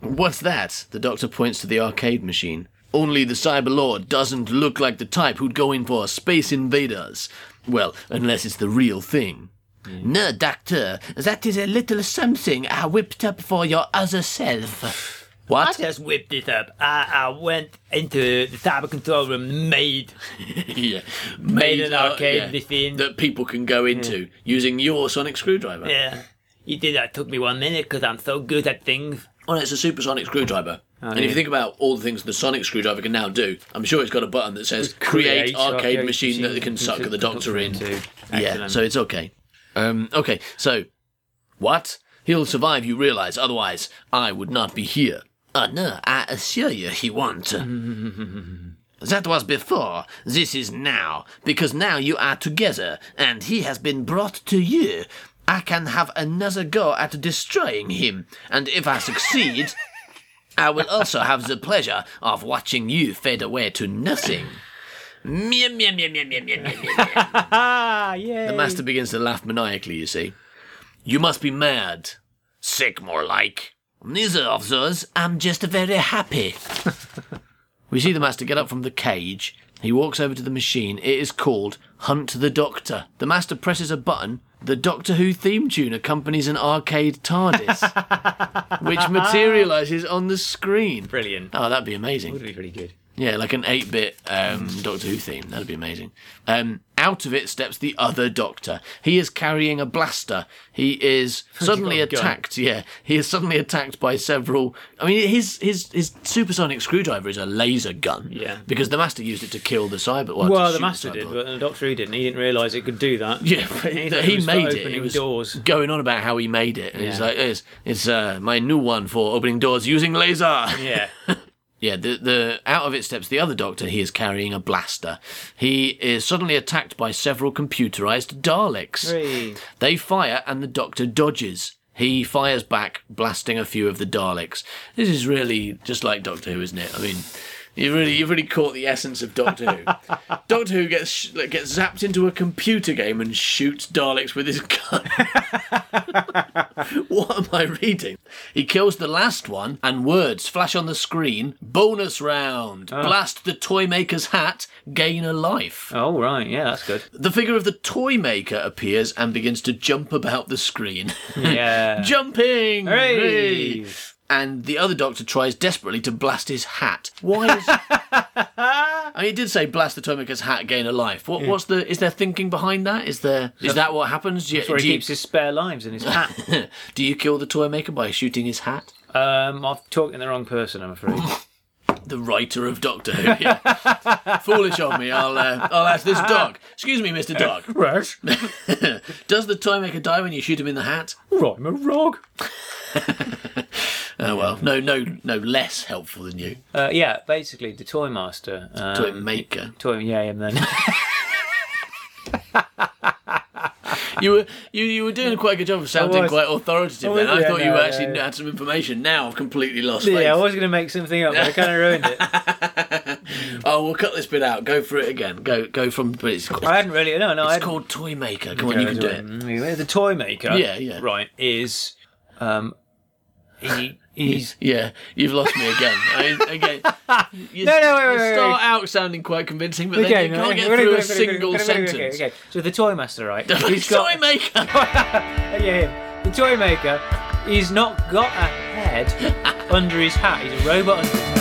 S3: What's that? The doctor points to the arcade machine. Only the cyber lord doesn't look like the type who'd go in for space invaders. Well, unless it's the real thing. No, doctor, that is a little something I whipped up for your other self.
S7: I
S3: What?
S7: just whipped it up. I, I went into the cyber control room, made
S3: yeah,
S7: Made an
S3: uh,
S7: arcade machine.
S3: that people can go into using your sonic screwdriver.
S7: Yeah. You did that took me one minute because I'm so good at things.
S3: Well, Oh, it's a supersonic screwdriver. and if
S5: yeah.
S3: you think about all the things the sonic screwdriver can now do, I'm sure it's got a button that says create, arcade, machine, that it can suck the doctor in. Yeah, so it's okay. Um, okay, so what? He'll survive, you realise, otherwise I would not be here. Uh, no, I assure you he won't. that was before, this is now, because now you are together, and he has been brought to you. I can have another go at destroying him, and if I succeed, I will also have the pleasure of watching you fade away to nothing. Meow, meow, meow, meow, meow, meow, meow, meow.
S5: Ah, yeah.
S3: The master begins to laugh maniacally, you see. You must be mad. Sick, more like. Neither of those. I'm just very happy. we see the master get up from the cage. He walks over to the machine. It is called Hunt the Doctor. The master presses a button. The Doctor Who theme tune accompanies an arcade TARDIS, which materializes on the screen.
S5: Brilliant.
S3: Oh, that'd be amazing.
S5: Would be pretty good.
S3: Yeah, like an 8 bit um,
S5: Mm.
S3: Doctor Who theme. That'd be amazing. Um, out of it steps the other Doctor. He is carrying a blaster. He is suddenly
S5: got a gun.
S3: attacked. Yeah, he is suddenly attacked by several. I mean, his his his supersonic screwdriver is a laser gun.
S5: Yeah.
S3: Because the Master used it to kill the cyber. Well, to
S5: Well, the
S3: shoot
S5: master did,
S3: cyborg.
S5: but the doctor who didn't. He didn't realise it could do that.
S3: Yeah,
S5: He
S3: that
S5: thought
S3: he,
S5: was for
S3: made it.
S5: opening
S3: He was
S5: doors.
S3: going on about how he made it. And He's
S5: Yeah.
S3: like, it's, it's uh, my new one for opening doors using laser.
S5: Yeah.
S3: Yeah, the the out of it steps the other doctor. He is carrying a blaster. He is suddenly attacked by several computerized Daleks.
S5: Three.
S3: They fire, and the doctor dodges. He fires back, blasting a few of the Daleks. This is really just like Doctor Who, isn't it? I mean, You really, you've really caught the essence of Doctor Who. Doctor Who gets sh- like, gets zapped into a computer game and shoots Daleks with his gun. what am I reading? He kills the last one, and words flash on the screen. Bonus round: blast the toy maker's hat, gain a life.
S5: Oh right, yeah, that's good.
S3: The figure of the toy maker appears and begins to jump about the screen.
S5: Yeah.
S3: Jumping!
S5: Hmm. Hooray!
S3: Hooray! And the other doctor tries desperately to blast his hat. Why is. I mean, it did say blast the Toymaker's hat, gain a life. What, What's the? Is there thinking behind that? Is there? Is that what happens? Do you,
S5: Where he
S3: do you-
S5: keeps his spare lives in his hat.
S3: do you kill the Toymaker by shooting his hat?
S5: um, I've talked to the wrong person, I'm afraid.
S3: The writer of Doctor Who. Yeah. Foolish of me. I'll uh, I'll ask this dog. Excuse me, Mister Dog.
S5: Right,
S3: Does the Toymaker die when you shoot him in the hat?
S5: I'm a rog.
S3: Oh well, no, no, no less helpful than you,
S5: Uh, yeah, basically the toy master. Um,
S3: Toymaker.
S5: Toy, yeah, and then
S3: You were you, you were doing quite a good job of sounding
S5: was.
S3: quite authoritative
S5: I
S3: then.
S5: was-
S3: I
S5: yeah,
S3: thought you
S5: no,
S3: were actually
S5: yeah, yeah.
S3: had some information. Now I've completely lost faith.
S5: yeah, I was going to make something up, but I kind of ruined it.
S3: Oh, we'll cut this bit out. Go for it again. Go go from. But it's called,
S5: I hadn't really. No, no, I
S3: it's
S5: hadn't.
S3: called Toy Maker. Come on, you can do it.
S5: Anyway, mm, The toy maker.
S3: Yeah, yeah.
S5: Right is, um, he, he's
S3: Yeah, you've lost me again. I, again, you,
S5: No, no, wait, wait,
S3: you
S5: wait,
S3: start
S5: wait.
S3: out sounding quite convincing, but
S5: Okay,
S3: then you
S5: no,
S3: can't
S5: okay,
S3: get
S5: we're gonna-
S3: through a
S5: we're gonna- we're gonna-
S3: single
S5: we're gonna- we're gonna-
S3: sentence.
S5: Okay, okay. So the toy master, right?
S3: Toy Maker.
S5: yeah, yeah. The toy maker. He's not got a head under his hat. He's a robot. Under-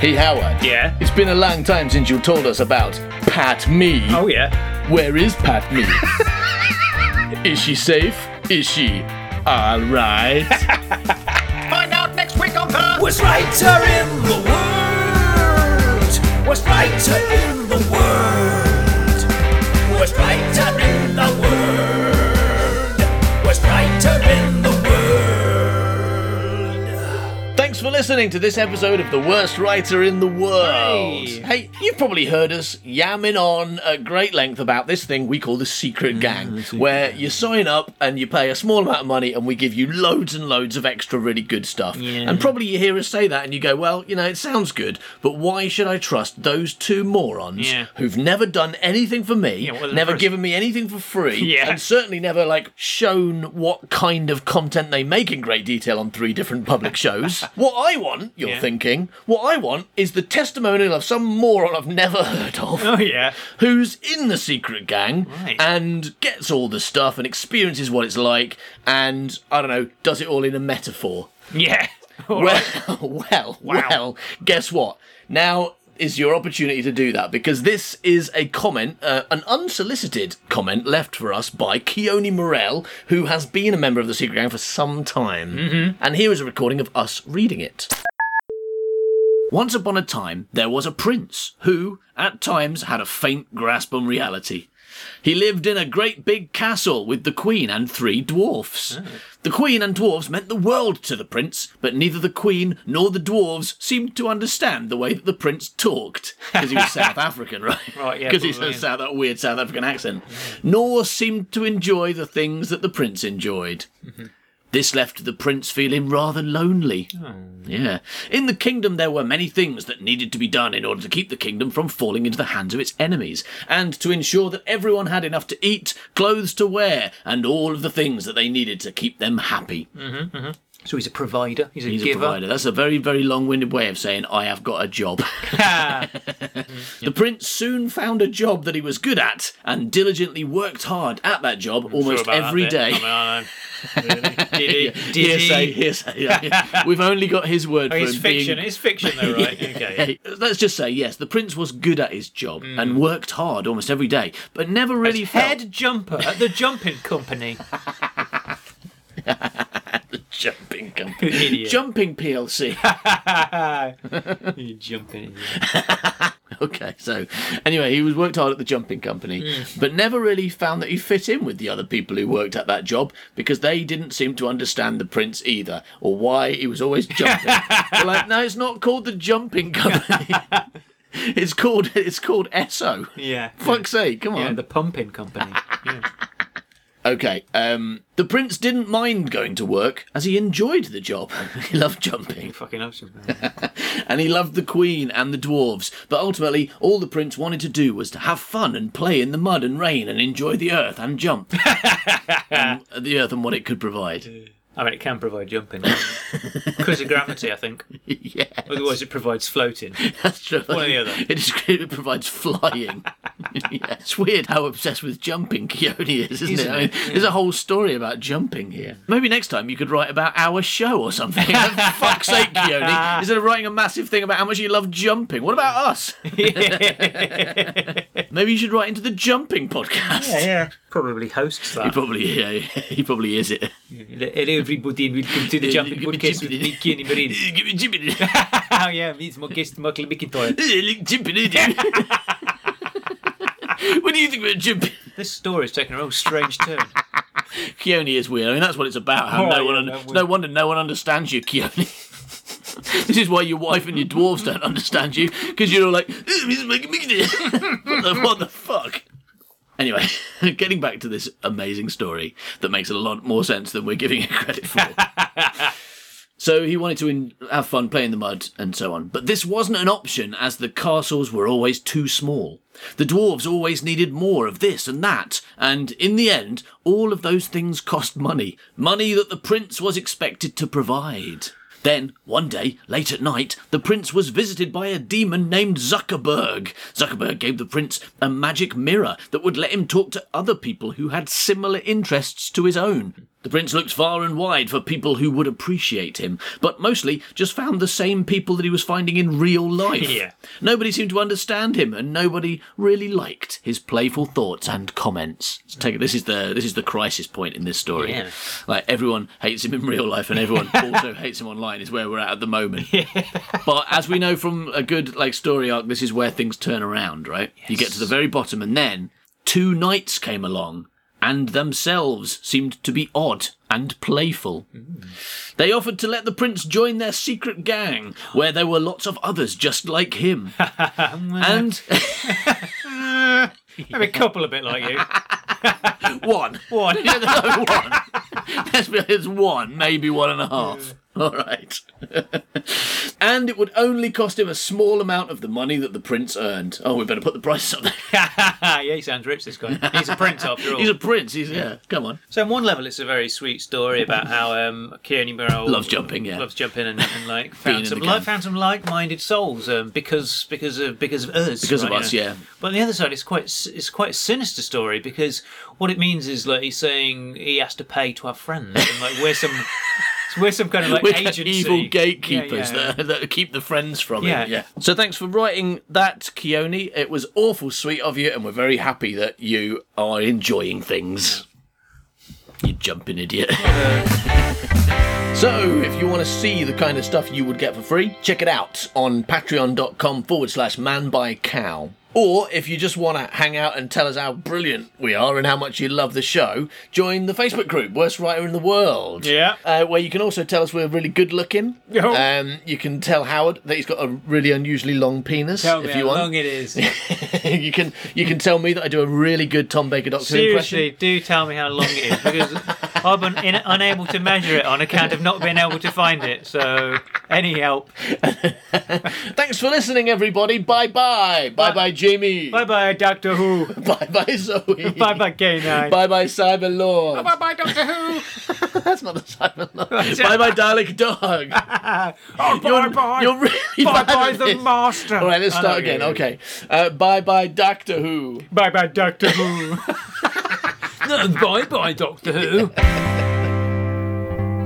S3: Hey Howard.
S5: yeah.
S3: It's been a long time since you told us about Pat Me.
S5: Oh yeah.
S3: Where is Pat Me? is she safe? Is she all right?
S6: Find out next week on Earth.
S2: What's lighter in the world? What's lighter in the world? What's lighter in the world? What's lighter in the world?
S3: Thanks for listening to this episode of The Worst Writer in the World.
S5: Hey.
S3: Hey, you've probably heard us yamming on at great length about this thing we call Mm, the Secret Gang, where you sign up and you pay a small amount of money and we give you loads and loads of extra really good stuff. And probably you hear us say that and you go, well, you know, it sounds good, but why should I trust those two morons
S5: Yeah.
S3: who've never done anything for me,
S5: well, the
S3: never
S5: first-
S3: given me anything for free,
S5: Yeah.
S3: and certainly never like shown what kind of content they make in great detail on three different public shows. what I want, you're thinking, what I want is the testimonial of some moron I've never heard of.
S5: Oh yeah.
S3: Who's in the secret gang
S5: Right.
S3: and gets all the stuff and experiences what it's like and, I don't know, does it all in a metaphor?
S5: Yeah.
S3: Well, well, well, guess what? Now is your opportunity to do that because this is a comment, uh, an unsolicited comment left for us by Keone Morel, who has been a member of the Secret Gang for some time. Mm-hmm. And here is a recording of us reading it. Once upon a time, there was a prince who, at times, had a faint grasp on reality. He lived in a great big castle with the queen and three dwarfs.
S5: Hmm.
S3: The queen and dwarfs meant the world to the prince, but neither the queen nor the dwarfs seemed to understand the way that the prince talked. Because he was South African, right?
S5: Right, yeah,
S3: Because he's
S5: probably,
S3: a
S5: Hmm. yeah.
S3: South, that weird South African accent. Nor seemed to enjoy the things that the prince enjoyed.
S5: Mm-hmm.
S3: This left the prince feeling rather lonely. Yeah. In the kingdom, there were many things that needed to be done in order to keep the kingdom from falling into the hands of its enemies, and to ensure that everyone had enough to eat, clothes to wear, and all of the things that they needed to keep them happy.
S5: So he's a provider. He's a
S3: He's a
S5: giver.
S3: provider. That's a very, very long winded way of saying, I have got a job. the prince soon found a job that he was good at and diligently worked hard at that job almost every day. hearsay, hearsay. yeah. We've only got his word for
S5: It's
S3: him
S5: Oh, fiction.
S3: being.
S5: It's fiction, though, right? Okay.
S3: Hey, let's just say yes. The prince was good at his job and worked hard almost every day, but never really felt
S5: Hmm. Head jumper at the jumping company.
S3: jumping company.
S5: Idiot.
S3: jumping PLC.
S5: You jumping.
S3: Okay, so anyway, he was worked hard at the jumping company,
S5: Hmm.
S3: but never really found that he fit in with the other people who worked at that job because they didn't seem to understand the prince either or why he was always jumping. They're like, no, it's not called the jumping company. it's called it's called ESO.
S5: Yeah.
S3: Fuck's sake, come on.
S5: Yeah, the pumping company.
S3: Okay. Um, the prince didn't mind going to work as he enjoyed the job. he loved jumping.
S5: Fucking loves jumping.
S3: And he loved the queen and the dwarves. But ultimately, all the prince wanted to do was to have fun and play in the mud and rain and enjoy the earth and jump. And the earth and what it could provide.
S5: I mean, it can provide jumping because of gravity, I think.
S3: yeah.
S5: Otherwise, it provides floating.
S3: That's true.
S5: One or the other.
S3: It, is, it provides flying. yeah, it's weird how obsessed with jumping Keone is, isn't, it? I mean, There's a whole story about jumping here. Maybe next time you could write about our show or something. For fuck's sake, Keone. Instead of writing a massive thing about how much you love jumping, what about us? Maybe you should write into the jumping podcast.
S5: yeah. Probably hosts
S3: He
S5: that.
S3: probably, yeah, he probably is it.
S5: Hello, everybody, and welcome to the jumping podcast with me, Kenny Marine.
S3: Give me jibbity.
S5: Oh yeah, it's my guest, Michael McIntyre.
S3: Look, jumping, isn't it? What do you think about jumping?
S5: This story is taking a real strange turn.
S3: Keone is weird. I mean, that's what it's about. How
S5: Oh,
S3: no
S5: yeah,
S3: one,
S5: that
S3: no
S5: would-
S3: wonder no one understands you, Keone. this is why your wife and your dwarves don't understand you because you're all like, "Eh, Miss Mc- Mc- what, the, what the fuck? Anyway, getting back to this amazing story that makes a lot more sense than we're giving it credit for. so he wanted to in- have fun playing the mud and so on, but this wasn't an option as the castles were always too small. The dwarves always needed more of this and that, and in the end, all of those things cost money. Money that the prince was expected to provide. Then, one day, late at night, the prince was visited by a demon named Zuckerberg. Zuckerberg gave the prince a magic mirror that would let him talk to other people who had similar interests to his own. The prince looked far and wide for people who would appreciate him, but mostly just found the same people that he was finding in real life.
S5: Yeah.
S3: Nobody seemed to understand him, and nobody really liked his playful thoughts and comments. So take this is the this is the crisis point in this story.
S5: Yeah.
S3: Like everyone hates him in real life, and everyone also hates him online. Is where we're at at the moment. But as we know from a good like story arc, this is where things turn around, right? You get to the very bottom, and then two knights came along, and themselves seemed to be odd and playful. They offered to let the prince join their secret gang, where there were lots of others just like him. and
S5: Maybe a couple a bit like you.
S3: one.
S5: One.
S3: Yeah, there's only one. Let's be honest, one, maybe one and a half. All right. and it would only cost him a small amount of the money that the prince earned. Oh, we better put the prices up there.
S5: yeah, he sounds rich, this guy. He's a prince after all.
S3: He's a prince. He's yeah. Come on.
S5: So on one level, it's a very sweet story about how um, Kearney Murrow
S3: Loves jumping, yeah.
S5: loves jumping and, and like
S3: in
S5: found some
S3: the
S5: like
S3: camp.
S5: found some like-minded souls um, because because of because of us
S3: Because of
S5: right,
S3: us,
S5: you know.
S3: yeah.
S5: But on the other side, it's quite s- it's quite a sinister story because what it means is like he's saying he has to pay to have friends and like we're some we're some kind of like
S3: We're
S5: agency
S3: evil gatekeepers
S5: Yeah, yeah.
S3: That, that keep the friends from
S5: Yeah.
S3: him. Yeah. So thanks for writing that, Keone. It was awful sweet of you, and we're very happy that you are enjoying things. You jumping idiot. So, if you want to see the kind of stuff you would get for free, check it out on patreon.com forward slash man by cow. Or if you just want to hang out and tell us how brilliant we are and how much you love the show, join the Facebook group, Worst Writer in the World.
S5: Yeah.
S3: Uh, where you can also tell us we're really good looking.
S5: Yo.
S3: Um, you can tell Howard that he's got a really unusually long penis
S5: Tell
S3: if
S5: me
S3: you
S5: how
S3: want.
S5: long it is.
S3: you can you can tell me that I do a really good Tom Baker Doctor impression.
S5: Seriously, do tell me how long it is because I've been in, unable to measure it on account of not being able to find it. So, any help?
S3: Thanks for listening, everybody. Bye bye. Bye bye, Jamie.
S5: Bye bye, Doctor Who.
S3: Bye bye, Zoe.
S5: bye bye, K9.
S3: Bye bye, Cyber Lord.
S4: Bye bye, Doctor Who.
S3: That's not the Cyber Lord. bye bye, Dalek Dog.
S4: Bye bye.
S3: You're really
S4: Bye
S3: bad
S4: bye,
S3: at
S4: the
S3: this.
S4: master.
S3: All right, let's
S5: I
S3: start
S5: know, yeah,
S3: again.
S5: yeah,
S3: Okay. Uh, bye bye, Doctor Who.
S5: Bye bye, Doctor Who. no, bye bye, Doctor Who.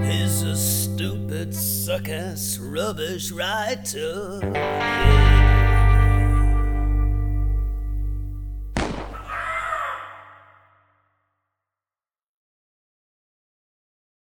S2: He's a stupid, suck ass, rubbish writer.